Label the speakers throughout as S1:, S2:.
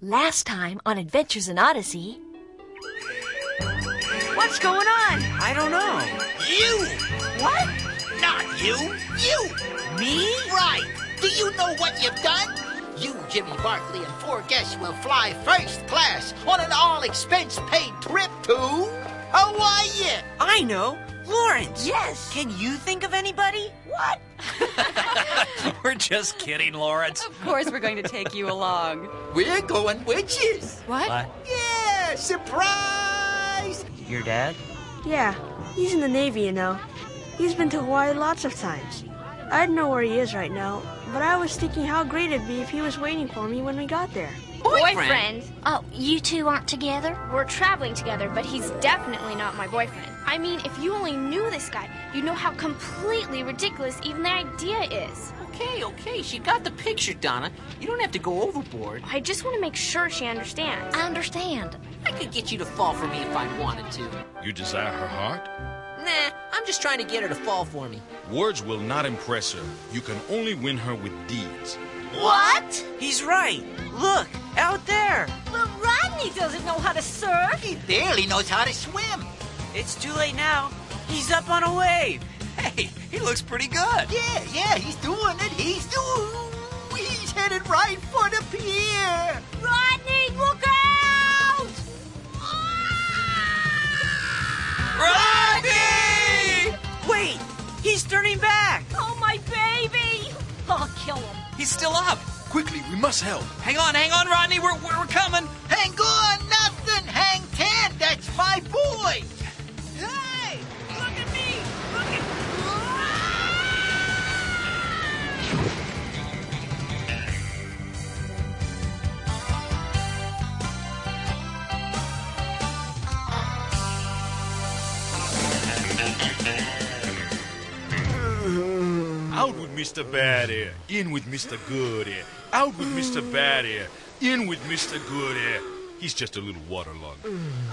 S1: Last time on Adventures in Odyssey.
S2: What's going on?
S3: I don't know.
S4: You!
S2: What?
S4: Not you! You!
S2: Me?
S4: Right! Do you know what you've done? You, Jimmy Barkley, and four guests will fly first class on an all expense paid trip to Hawaii!
S3: I know. Lawrence.
S2: Yes.
S3: Can you think of anybody?
S2: What?
S5: We're just kidding, Lawrence.
S6: Of course, we're going to take you along.
S4: We're going witches!
S6: What?
S5: What?
S4: Yeah! Surprise!
S3: Uh, Your dad?
S7: Yeah, he's in the Navy, you know. He's been to Hawaii lots of times. I don't know where he is right now, but I was thinking how great it'd be if he was waiting for me when we got there.
S8: boyfriend.
S1: Oh, you two aren't together?
S8: We're traveling together, but he's definitely not my boyfriend. I mean, if you only knew this guy, you'd know how completely ridiculous even the idea is.
S9: Okay, okay, she got the picture, Donna. You don't have to go overboard.
S8: I just want to make sure she understands.
S1: I understand.
S9: I could get you to fall for me if I wanted to.
S10: You desire her heart?
S9: Nah, I'm just trying to get her to fall for me.
S10: Words will not impress her. You can only win her with deeds.
S2: What?
S3: He's right. Look, out there.
S2: Well, Rodney doesn't know how to surf.
S4: He barely knows how to swim!
S3: It's too late now. He's up on a wave.
S9: Hey, he looks pretty good.
S4: Yeah, yeah, he's doing it! He's doing He's headed right for the pier!
S2: Rodney, look out!
S3: Rodney! Wait, he's turning back.
S2: Oh, my baby! I'll kill him.
S5: He's still up.
S10: Quickly, we must help.
S5: Hang on, hang on, Rodney. We're, we're, we're coming.
S4: Hang on, nothing! Hang ten! That's my boy!
S2: Hey! Look at me! Look at
S10: Out with Mr. Bad Air, in with Mr. Good Air. Out with Mr. Bad Air, in with Mr. Good Air. He's just a little waterlogged.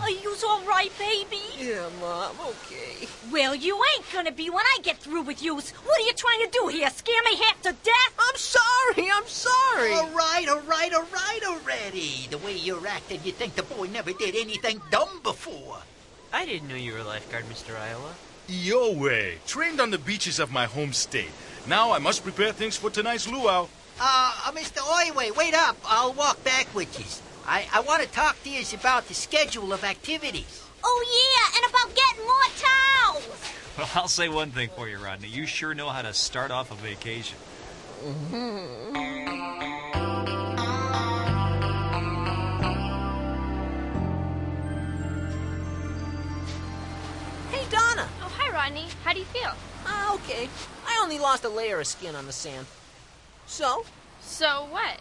S2: Are you all right, baby?
S9: Yeah, Mom, okay.
S2: Well, you ain't gonna be when I get through with you. What are you trying to do here? Scare me half to death?
S9: I'm sorry, I'm sorry.
S4: All right, all right, all right already. The way you're acting, you think the boy never did anything dumb before.
S3: I didn't know you were a lifeguard, Mr. Iowa.
S10: Your way, trained on the beaches of my home state. Now I must prepare things for tonight's luau.
S4: Uh, uh, Mr. Oiway, wait up. I'll walk back with you. I, I want to talk to you about the schedule of activities.
S2: Oh, yeah, and about getting more towels.
S5: Well, I'll say one thing for you, Rodney. You sure know how to start off a vacation.
S11: Mm-hmm.
S9: Hey, Donna.
S8: Oh, hi, Rodney. How do you feel?
S9: Ah, okay. I only lost a layer of skin on the sand. So,
S8: So what?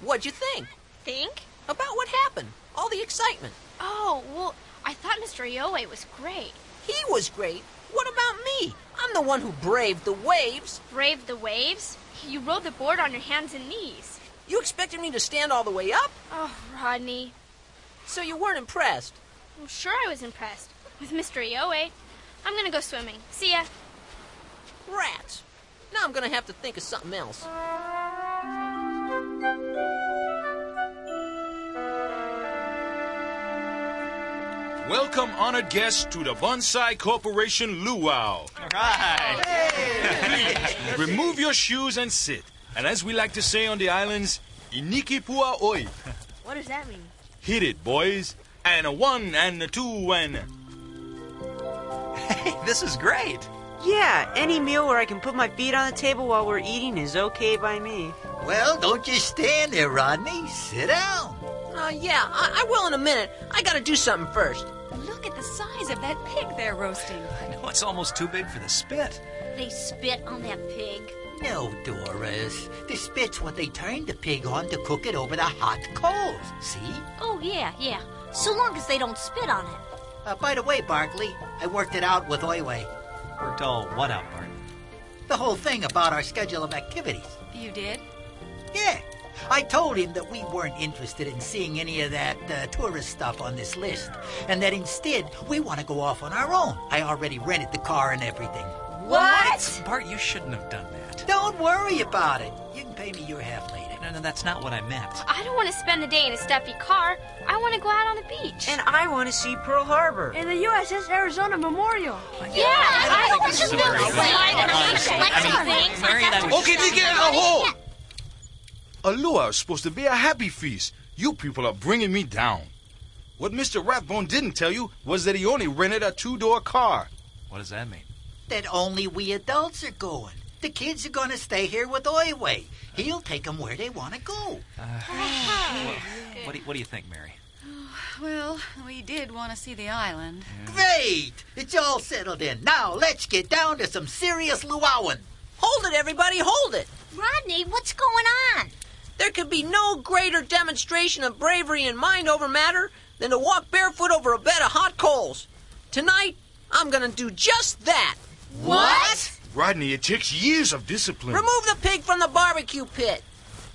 S9: what'd you think?
S8: Think?
S9: About what happened? All the excitement.
S8: Oh, well, I thought Mr. Yoe was great.
S9: He was great. What about me? I'm the one who braved the waves.
S8: Braved the waves. You rode the board on your hands and knees.
S9: You expected me to stand all the way up?
S8: Oh, Rodney.
S9: So you weren't impressed.
S8: I'm sure I was impressed with Mr. Yoe. I'm gonna go swimming. See ya.
S9: Rats. Now I'm gonna have to think of something else.
S10: Welcome, honored guests, to the Bonsai Corporation Luau.
S5: All right.
S10: Remove your shoes and sit. And as we like to say on the islands, iniki pua oi.
S7: What does that mean?
S10: Hit it, boys. And a one, and a two, and.
S5: Hey, this is great.
S3: Yeah, any meal where I can put my feet on the table while we're eating is okay by me.
S4: Well, don't just stand there, Rodney. Sit down.
S9: Uh, yeah, I-, I will in a minute. I gotta do something first.
S6: Look at the size of that pig they're roasting.
S5: I know Oh, it's almost too big for the spit.
S1: They spit on that pig.
S4: No, Doris. The spit's what they turned the pig on to cook it over the hot coals. See?
S1: Oh, yeah, yeah. So long as they don't spit on it.
S4: Uh, by the way, Barkley, I worked it out with Oiway.
S5: Worked all what out, Bart?
S4: The whole thing about our schedule of activities.
S6: You did?
S4: Yeah. I told him that we weren't interested in seeing any of that uh, tourist stuff on this list, and that instead we want to go off on our own. I already rented the car and everything.
S2: What?
S5: Bart, you shouldn't have done that.
S4: Don't worry about it. You can pay me your half later.
S5: no, no, that's not what I meant.
S8: I don't want to spend the day in a stuffy car. I want to go out on the beach.
S3: And I want to see Pearl Harbor.
S7: And the USS Arizona Memorial.
S8: Yeah, I don't want to
S5: a very good idea, honestly. I mean,
S1: things.
S5: Mary, that was-
S10: Okay, then get out of the hole. A luau is supposed to be a happy feast. You people are bringing me down. What Mr. Rathbone didn't tell you was that he only rented a two-door car.
S5: What does that mean?
S4: That only we adults are going. The kids are going to stay here with Oiway. He'll take them where they want to go.
S5: Uh, What do, you, what do you think, Mary?
S6: Well, we did want to see the island.
S4: Great! It's all settled in. Now let's get down to some serious luauing.
S9: Hold it, everybody, hold it.
S1: Rodney, what's going on?
S9: There could be no greater demonstration of bravery and mind over matter than to walk barefoot over a bed of hot coals. Tonight, I'm gonna do just that.
S1: What?
S10: Rodney, it takes years of discipline.
S9: Remove the pig from the barbecue pit.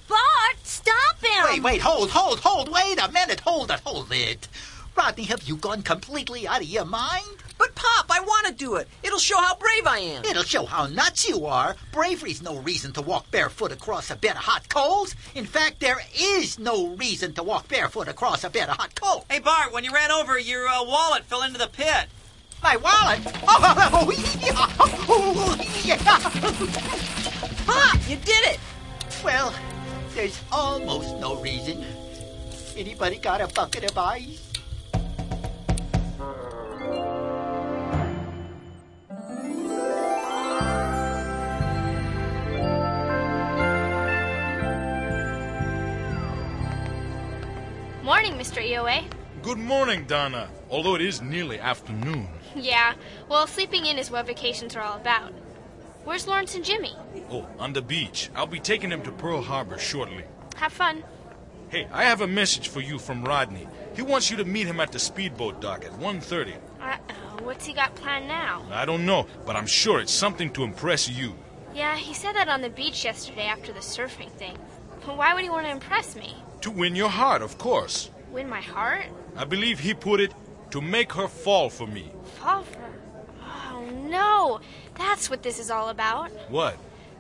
S1: Bart, stop him!
S4: Wait, wait, hold, hold, hold, wait a minute, hold it, hold it. Rodney, have you gone completely out of your mind?
S9: But, Pop, I want to do it. It'll show how brave I am.
S4: It'll show how nuts you are. Bravery's no reason to walk barefoot across a bed of hot coals. In fact, there is no reason to walk barefoot across a bed of hot coals.
S11: Oh, Hey, Bart, when you ran over, your uh, wallet fell into the pit.
S4: My wallet! Oh, oh, oh, yeah. Oh, yeah.
S9: Pop, you did it.
S4: Well, there's almost no reason. Anybody got a bucket of ice?
S8: Morning, E Mr. EOA.
S10: Good morning, Donna. Although it is nearly afternoon.
S8: Yeah, well, sleeping in is what vacations are all about. Where's Lawrence and Jimmy?
S10: Oh, on the beach. I'll be taking them to Pearl Harbor shortly.
S8: Have fun.
S10: Hey, I have a message for you from Rodney. He wants you to meet him at the speedboat dock at 1.30.
S8: Uh-oh, what's he got planned now?
S10: I don't know, but I'm sure it's something to impress you.
S8: Yeah, he said that on the beach yesterday after the surfing thing. But why would he want to impress me?
S10: To win your heart, of course.
S8: Win my heart?
S10: I believe he put it, to make her fall for me.
S8: Fall for... Oh, no! That's what this is all about.
S10: What?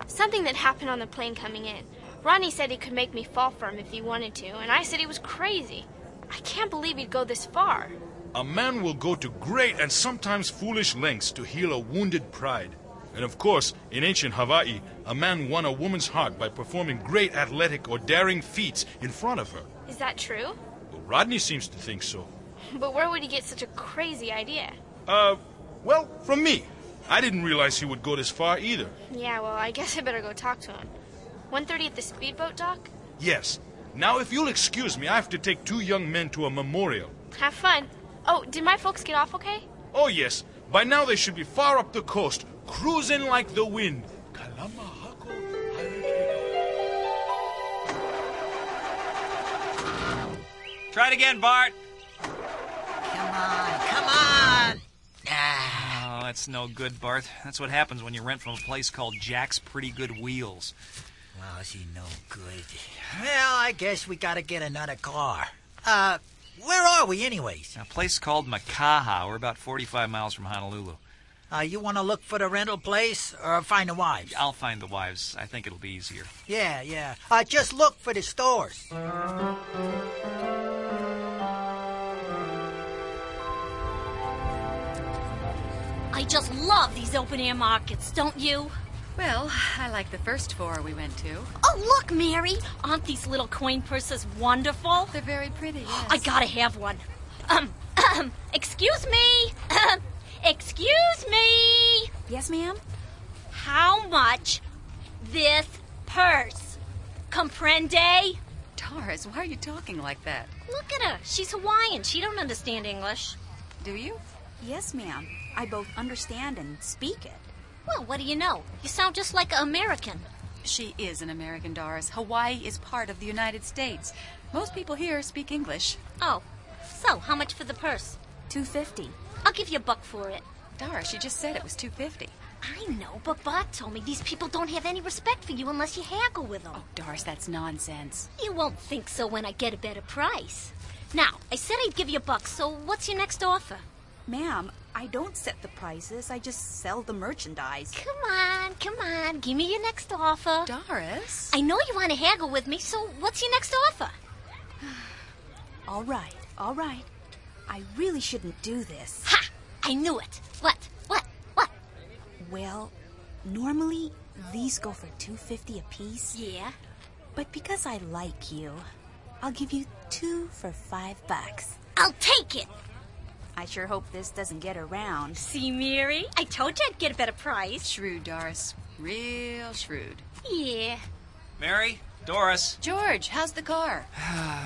S8: Something that happened on the plane coming in. Ronnie said he could make me fall for him if he wanted to, and I said he was crazy. I can't believe he'd go this far.
S10: A man will go to great and sometimes foolish lengths to heal a wounded pride. And of course, in ancient Hawaii, a man won a woman's heart by performing great athletic or daring feats in front of her.
S8: Is that true?
S10: Well, Rodney seems to think so.
S8: But where would he get such a crazy idea?
S10: Uh, well, from me. I didn't realize he would go this far either.
S8: Yeah, well, I guess I better go talk to him. 1.30 at the speedboat dock?
S10: Yes. Now, if you'll excuse me, I have to take two young men to a memorial.
S8: Have fun. Oh, did my folks get off okay?
S10: Oh, yes. By now, they should be far up the coast, cruising like the wind. Kalamahako Hurricane.
S11: Try it again, Bart.
S4: Come on, come on! Ah,
S5: Oh, that's no good, Barth. That's what happens when you rent from a place called Jack's Pretty Good Wheels.
S4: well, she no good. Well, I guess we gotta get another car. Uh, where are we anyways?
S5: A place called Makaha. We're about 45 miles from Honolulu.
S4: Uh, you wanna look for the rental place or find the wives?
S5: I'll find the wives. I think it'll be easier.
S4: Yeah, yeah. Uh, just look for the stores.
S2: I just love these open air markets, don't you?
S6: Well, I like the first four we went to.
S2: Oh, look, Mary. Aren't these little coin purses wonderful?
S6: They're very pretty, yes.
S2: I gotta have one. Um, excuse me. Um, excuse me.
S6: Yes, ma'am?
S2: How much this purse? Comprende?
S6: Taurus, why are you talking like that?
S2: Look at her. She's Hawaiian. She don't understand English.
S6: Do you? Yes, ma'am. I both understand and speak it.
S2: Well, what do you know? You sound just like an American.
S6: She is an American, Doris. Hawaii is part of the United States. Most people here speak English.
S2: Oh, so how much for the purse?
S6: 250.
S2: I'll give you a buck for it.
S6: Doris, you just said it was 250.
S2: I know, but Bart told me these people don't have any respect for you unless you haggle with them.
S6: Oh, Doris, that's nonsense.
S2: You won't think so when I get a better price. Now, I said I'd give you a buck, so what's your next offer?
S6: Ma'am, I don't set the prices, I just sell the merchandise.
S1: Come on, come on. Give me your next offer.
S6: Doris?
S1: I know you want to haggle with me, so what's your next offer?
S6: All right, all right. I really shouldn't do this.
S1: Ha! I knew it. What? What? What?
S6: Well, normally these go for 250 apiece.
S1: Yeah.
S6: But because I like you, I'll give you 2 for 5 bucks.
S1: I'll take it.
S6: I sure hope this doesn't get around.
S2: See, Mary? I told you I'd get a better price.
S6: Shrewd, Doris. Real shrewd.
S1: Yeah.
S5: Mary, Doris.
S6: George, how's the car?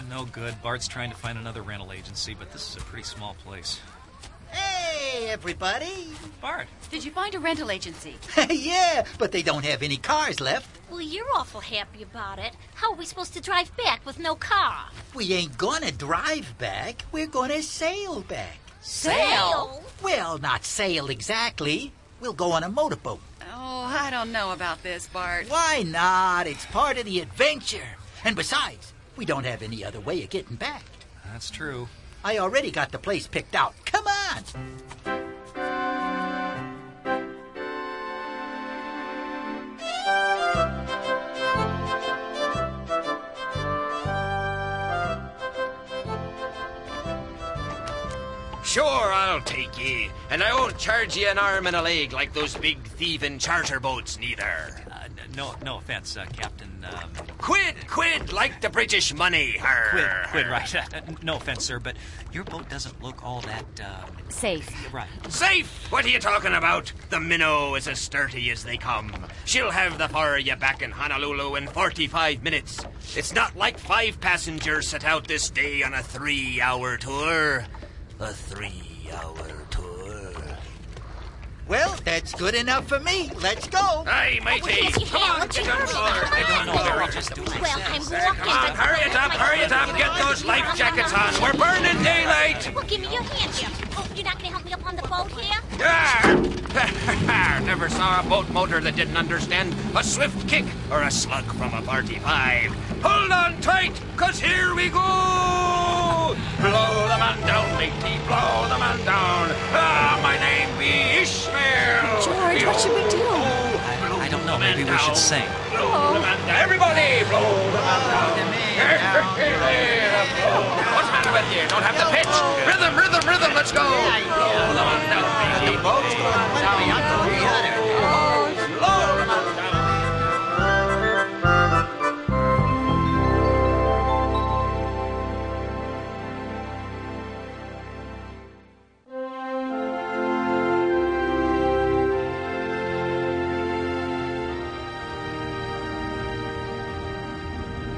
S5: no good. Bart's trying to find another rental agency, but this is a pretty small place.
S4: Hey, everybody.
S5: Bart.
S6: Did you find a rental agency?
S4: yeah, but they don't have any cars left.
S1: Well, you're awful happy about it. How are we supposed to drive back with no car?
S4: We ain't gonna drive back. We're gonna sail back.
S6: Sail?
S4: Well, not sail exactly. We'll go on a motorboat.
S6: Oh, I don't know about this, Bart.
S4: Why not? It's part of the adventure. And besides, we don't have any other way of getting back.
S5: That's true.
S4: I already got the place picked out. Come on!
S12: Sure, I'll take ye. And I won't charge ye an arm and a leg like those big thieving charter boats, neither.
S5: Uh, n- no, no offense, uh, Captain. Um,
S12: Quid, quid, like the British money. Har.
S5: quid, quid, right? N- no offense, sir, but your boat doesn't look all that uh,
S6: Safe.
S5: right.
S12: Safe! What are you talking about? The minnow is as sturdy as they come. She'll have the four of you back in Honolulu in 45 minutes. It's not like five passengers set out this day on a three hour tour. A three hour tour.
S4: Well, that's good enough for me. Let's go.
S12: Aye, matey. Come on, get on board. Get on board.
S1: Well, I'm
S12: Come
S1: walking.
S12: on, hurry it up, hurry it up. Get those life jackets on. We're burning daylight.
S1: Well, give me your hand here. Oh, you're not going to help me up on the boat here?
S12: Arr! Ah! Never saw a boat motor that didn't understand a swift kick or a slug from a 45. Hold on tight, cause here we go! Blow the man down, matey, blow the man down. Ah, my name be Ishmael.
S6: George, what should we do?
S5: I don't know. Maybe we should sing.
S12: Blow the man down. Everybody, blow the man down. Hey, hey, hey, hey, blow. What's the matter with you? Don't have the pitch. Rhythm, rhythm, rhythm. Let's go. Blow the man down, matey.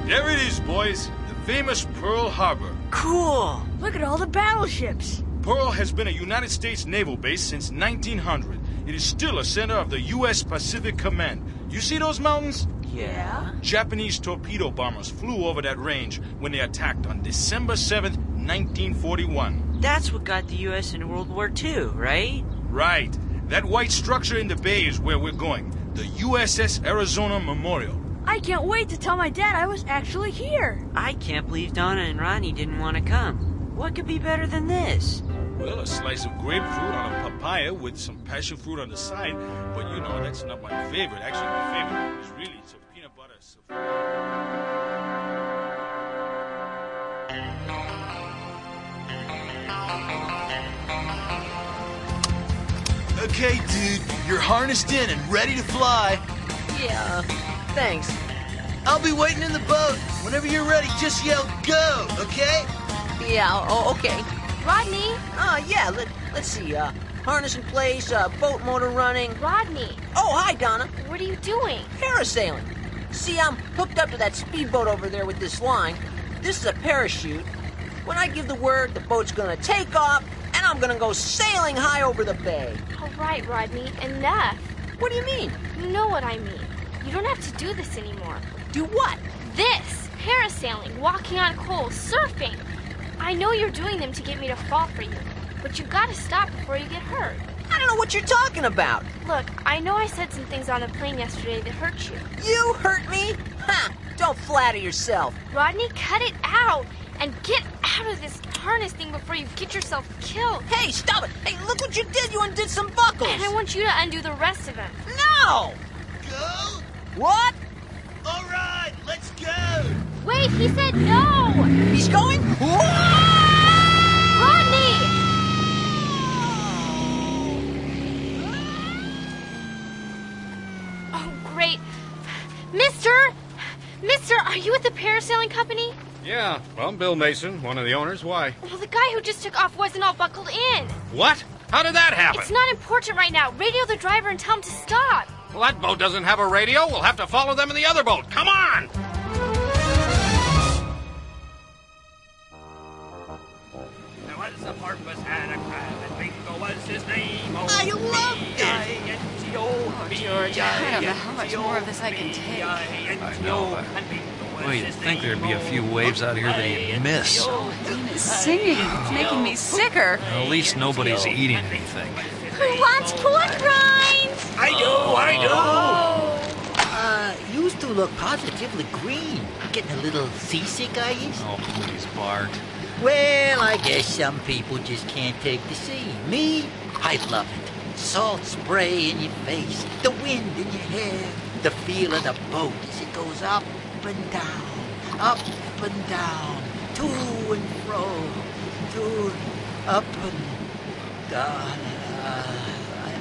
S10: There it is, boys. The famous Pearl Harbor.
S7: Cool. Look at all the battleships.
S10: Pearl has been a United States naval base since 1900. It is still a center of the U.S. Pacific Command. You see those mountains?
S7: Yeah.
S10: Japanese torpedo bombers flew over that range when they attacked on December 7th, 1941.
S3: That's what got the U.S. in World War II, right?
S10: Right. That white structure in the bay is where we're going the USS Arizona Memorial.
S7: I can't wait to tell my dad I was actually here.
S3: I can't believe Donna and Ronnie didn't want to come. What could be better than this?
S10: Well, a slice of grapefruit on a papaya with some passion fruit on the side. But you know, that's not my favorite. Actually, my favorite is really some peanut butter. Some...
S13: Okay, dude, you're harnessed in and ready to fly.
S9: Yeah, thanks.
S13: I'll be waiting in the boat. Whenever you're ready, just yell go, okay?
S9: Yeah, oh, okay.
S8: Rodney,
S9: Uh, yeah, let, let's see, uh, harness in place, uh, boat motor running.
S8: Rodney,
S9: Oh, hi, Donna.
S8: what are you doing?
S9: Parasailing. See, I'm hooked up to that speedboat over there with this line. This is a parachute. When I give the word, the boat's gonna take off, and I'm gonna go sailing high over the bay.
S8: All right, Rodney, enough.
S9: What do you mean?
S8: You know what I mean. You don't have to do this anymore.
S9: Do what?
S8: This parasailing, walking on coals, surfing. I know you're doing them to get me to fall for you, but you gotta stop before you get hurt.
S9: I don't know what you're talking about.
S8: Look, I know I said some things on the plane yesterday that hurt you.
S9: You hurt me? Ha! Don't flatter yourself.
S8: Rodney, cut it out and get out of this harness thing before you get yourself killed.
S9: Hey, stop it! Hey, look what you did! You undid some buckles!
S8: And I want you to undo the rest of them.
S9: No!
S8: Oh,
S13: Go?
S9: What?
S13: All right, let's go!
S1: Wait, he said no!
S9: He's going?
S1: Rodney!
S8: Oh, great. Mister! Mister, are you at the parasailing company?
S14: Yeah, well, I'm Bill Mason, one of the owners. Why?
S8: Well, the guy who just took off wasn't all buckled in.
S14: What? How did that happen?
S8: It's not important right now. Radio the driver and tell him to stop.
S14: Well, that boat doesn't have a radio. We'll have to follow them in the other boat. Come on!
S12: There was a porpoise and a crab, and Bingo was his name. Oh,
S9: I love
S12: it! Oh, George,
S6: I don't know how much more of this I can take.
S12: I
S5: know, but- Well, you'd think there'd be a few waves out here that you'd miss.
S6: It's singing. It's making me sicker.
S5: At least nobody's eating anything.
S2: Who wants pork rinds?
S12: I do, I
S5: Oh.
S12: do.
S4: Uh, you two look positively green. Getting a little seasick, are you?
S5: Oh, please, Bart.
S4: Well, I guess some people just can't take the sea. Me, I love it. Salt spray in your face, the wind in your hair, the feel of the boat as it goes up and down, up and down, to and fro, to up and down. Uh,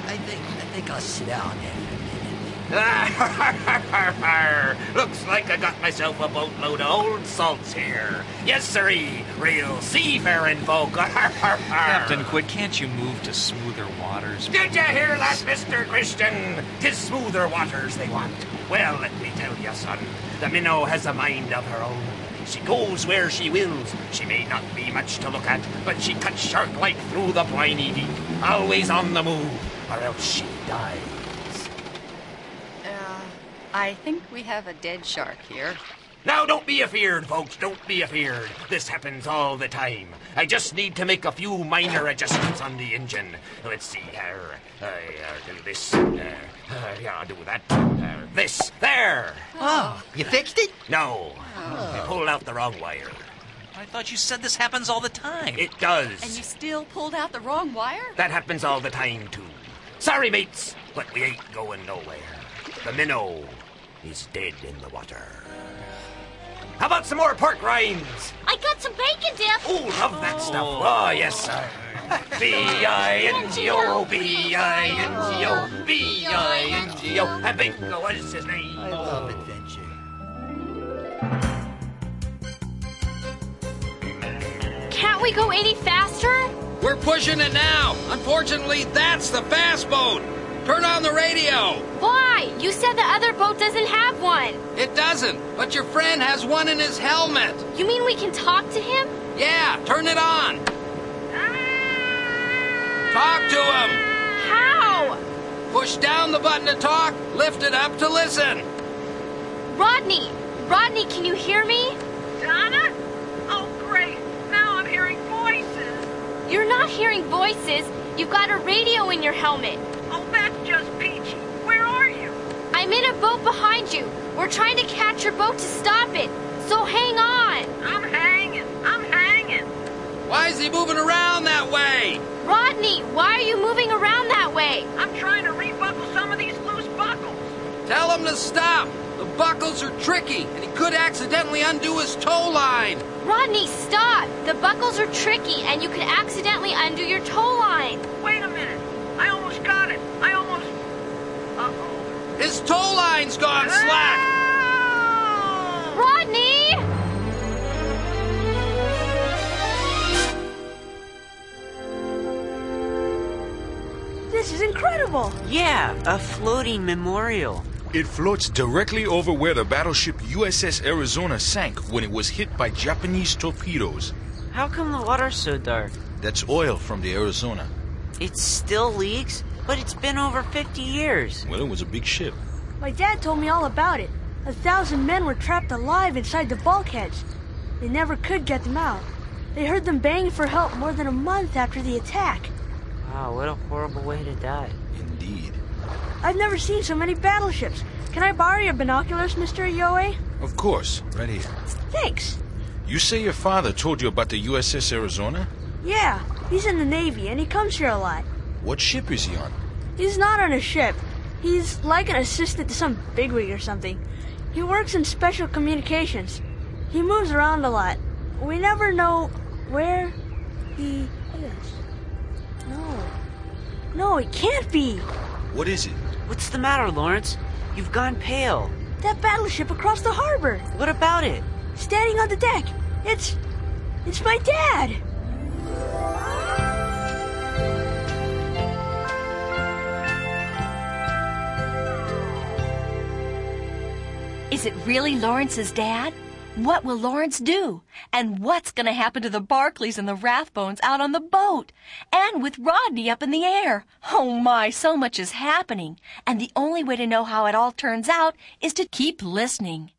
S4: I, I think I think I'll sit down there.
S12: Looks like I got myself a boatload of old salts here. Yes, sirree, real seafaring folk.
S5: Captain Quid, can't you move to smoother waters?
S12: Did you hear that, Mr. Christian? 'Tis smoother waters they want. Well, let me tell you, son, the minnow has a mind of her own. She goes where she wills. She may not be much to look at, but she cuts shark-like through the briny deep, always on the move, or else she dies.
S6: Uh, I think we have a dead shark here.
S12: Now, don't be afeard, folks. Don't be afeard. This happens all the time. I just need to make a few minor adjustments on the engine. Let's see here. I uh, do this. Uh, uh, yeah, I'll do that. Uh, this. There.
S4: Oh, you fixed it? Oh.
S12: No. I pulled out the wrong wire.
S5: I thought you said this happens all the time.
S12: It does.
S6: And you still pulled out the wrong wire?
S12: That happens all the time, too. Sorry, mates, but we ain't going nowhere. The minnow is dead in the water. How about some more pork rinds?
S2: I got some bacon dip.
S12: Oh, love that stuff. Oh, yes, sir. B-I-N-G-O, B-I-N-G-O, B-I-N-G-O. And bingo was his name. I
S4: love adventure.
S8: Can't we go any faster?
S12: We're pushing it now.
S14: Unfortunately, that's the fast boat. Turn on the radio.
S8: Why? You said the other boat doesn't have one.
S14: It doesn't, but your friend has one in his helmet.
S8: You mean we can talk to him?
S14: Yeah, turn it on. Talk to him.
S8: How?
S14: Push down the button to talk, lift it up to listen.
S8: Rodney! Rodney, can you hear me?
S15: Donna? Oh, great. Now I'm hearing voices.
S8: You're not hearing voices. You've got a radio in your helmet.
S15: Oh, that's just peachy. Where are you?
S8: I'm in a boat behind you. We're trying to catch your boat to stop it. So hang on.
S15: I'm hanging. I'm hanging.
S14: Why is he moving around that way?
S8: Rodney, why are you moving around that way?
S15: I'm trying to rebuckle some of these loose buckles.
S14: Tell him to stop. The buckles are tricky, and he could accidentally undo his tow line.
S8: Rodney, stop. The buckles are tricky and you could accidentally undo your tow line.
S15: Wait a minute. I almost got it. I almost. Uh-oh.
S14: His tow line's gone slack.
S8: Rodney!
S7: This is incredible.
S3: Yeah, a floating memorial.
S10: It floats directly over where the battleship USS Arizona sank when it was hit by Japanese torpedoes.
S3: How come the water's so dark?
S10: That's oil from the Arizona.
S3: It still leaks, but it's been over 50 years.
S10: Well, it was a big ship.
S7: My dad told me all about it. A thousand men were trapped alive inside the bulkheads. They never could get them out. They heard them banging for help more than a month after the attack.
S3: Wow, what a horrible way to die.
S10: Indeed.
S7: I've never seen so many battleships. Can I borrow your binoculars, Mr. Yoe?
S10: Of course, right here.
S7: Thanks.
S10: You say your father told you about the USS Arizona?
S7: Yeah, he's in the Navy and he comes here a lot.
S10: What ship is he on?
S7: He's not on a ship. He's like an assistant to some bigwig or something. He works in special communications. He moves around a lot. We never know where he is. No. No, it can't be.
S10: What is it?
S3: What's the matter, Lawrence? You've gone pale.
S7: That battleship across the harbor.
S3: What about it?
S7: Standing on the deck. It's. It's my dad.
S2: Is it really Lawrence's dad? What will Lawrence do? And what's going to happen to the Barclays and the Rathbones out on the boat? And with Rodney up in the air? Oh my, so much is happening. And the only way to know how it all turns out is to keep listening.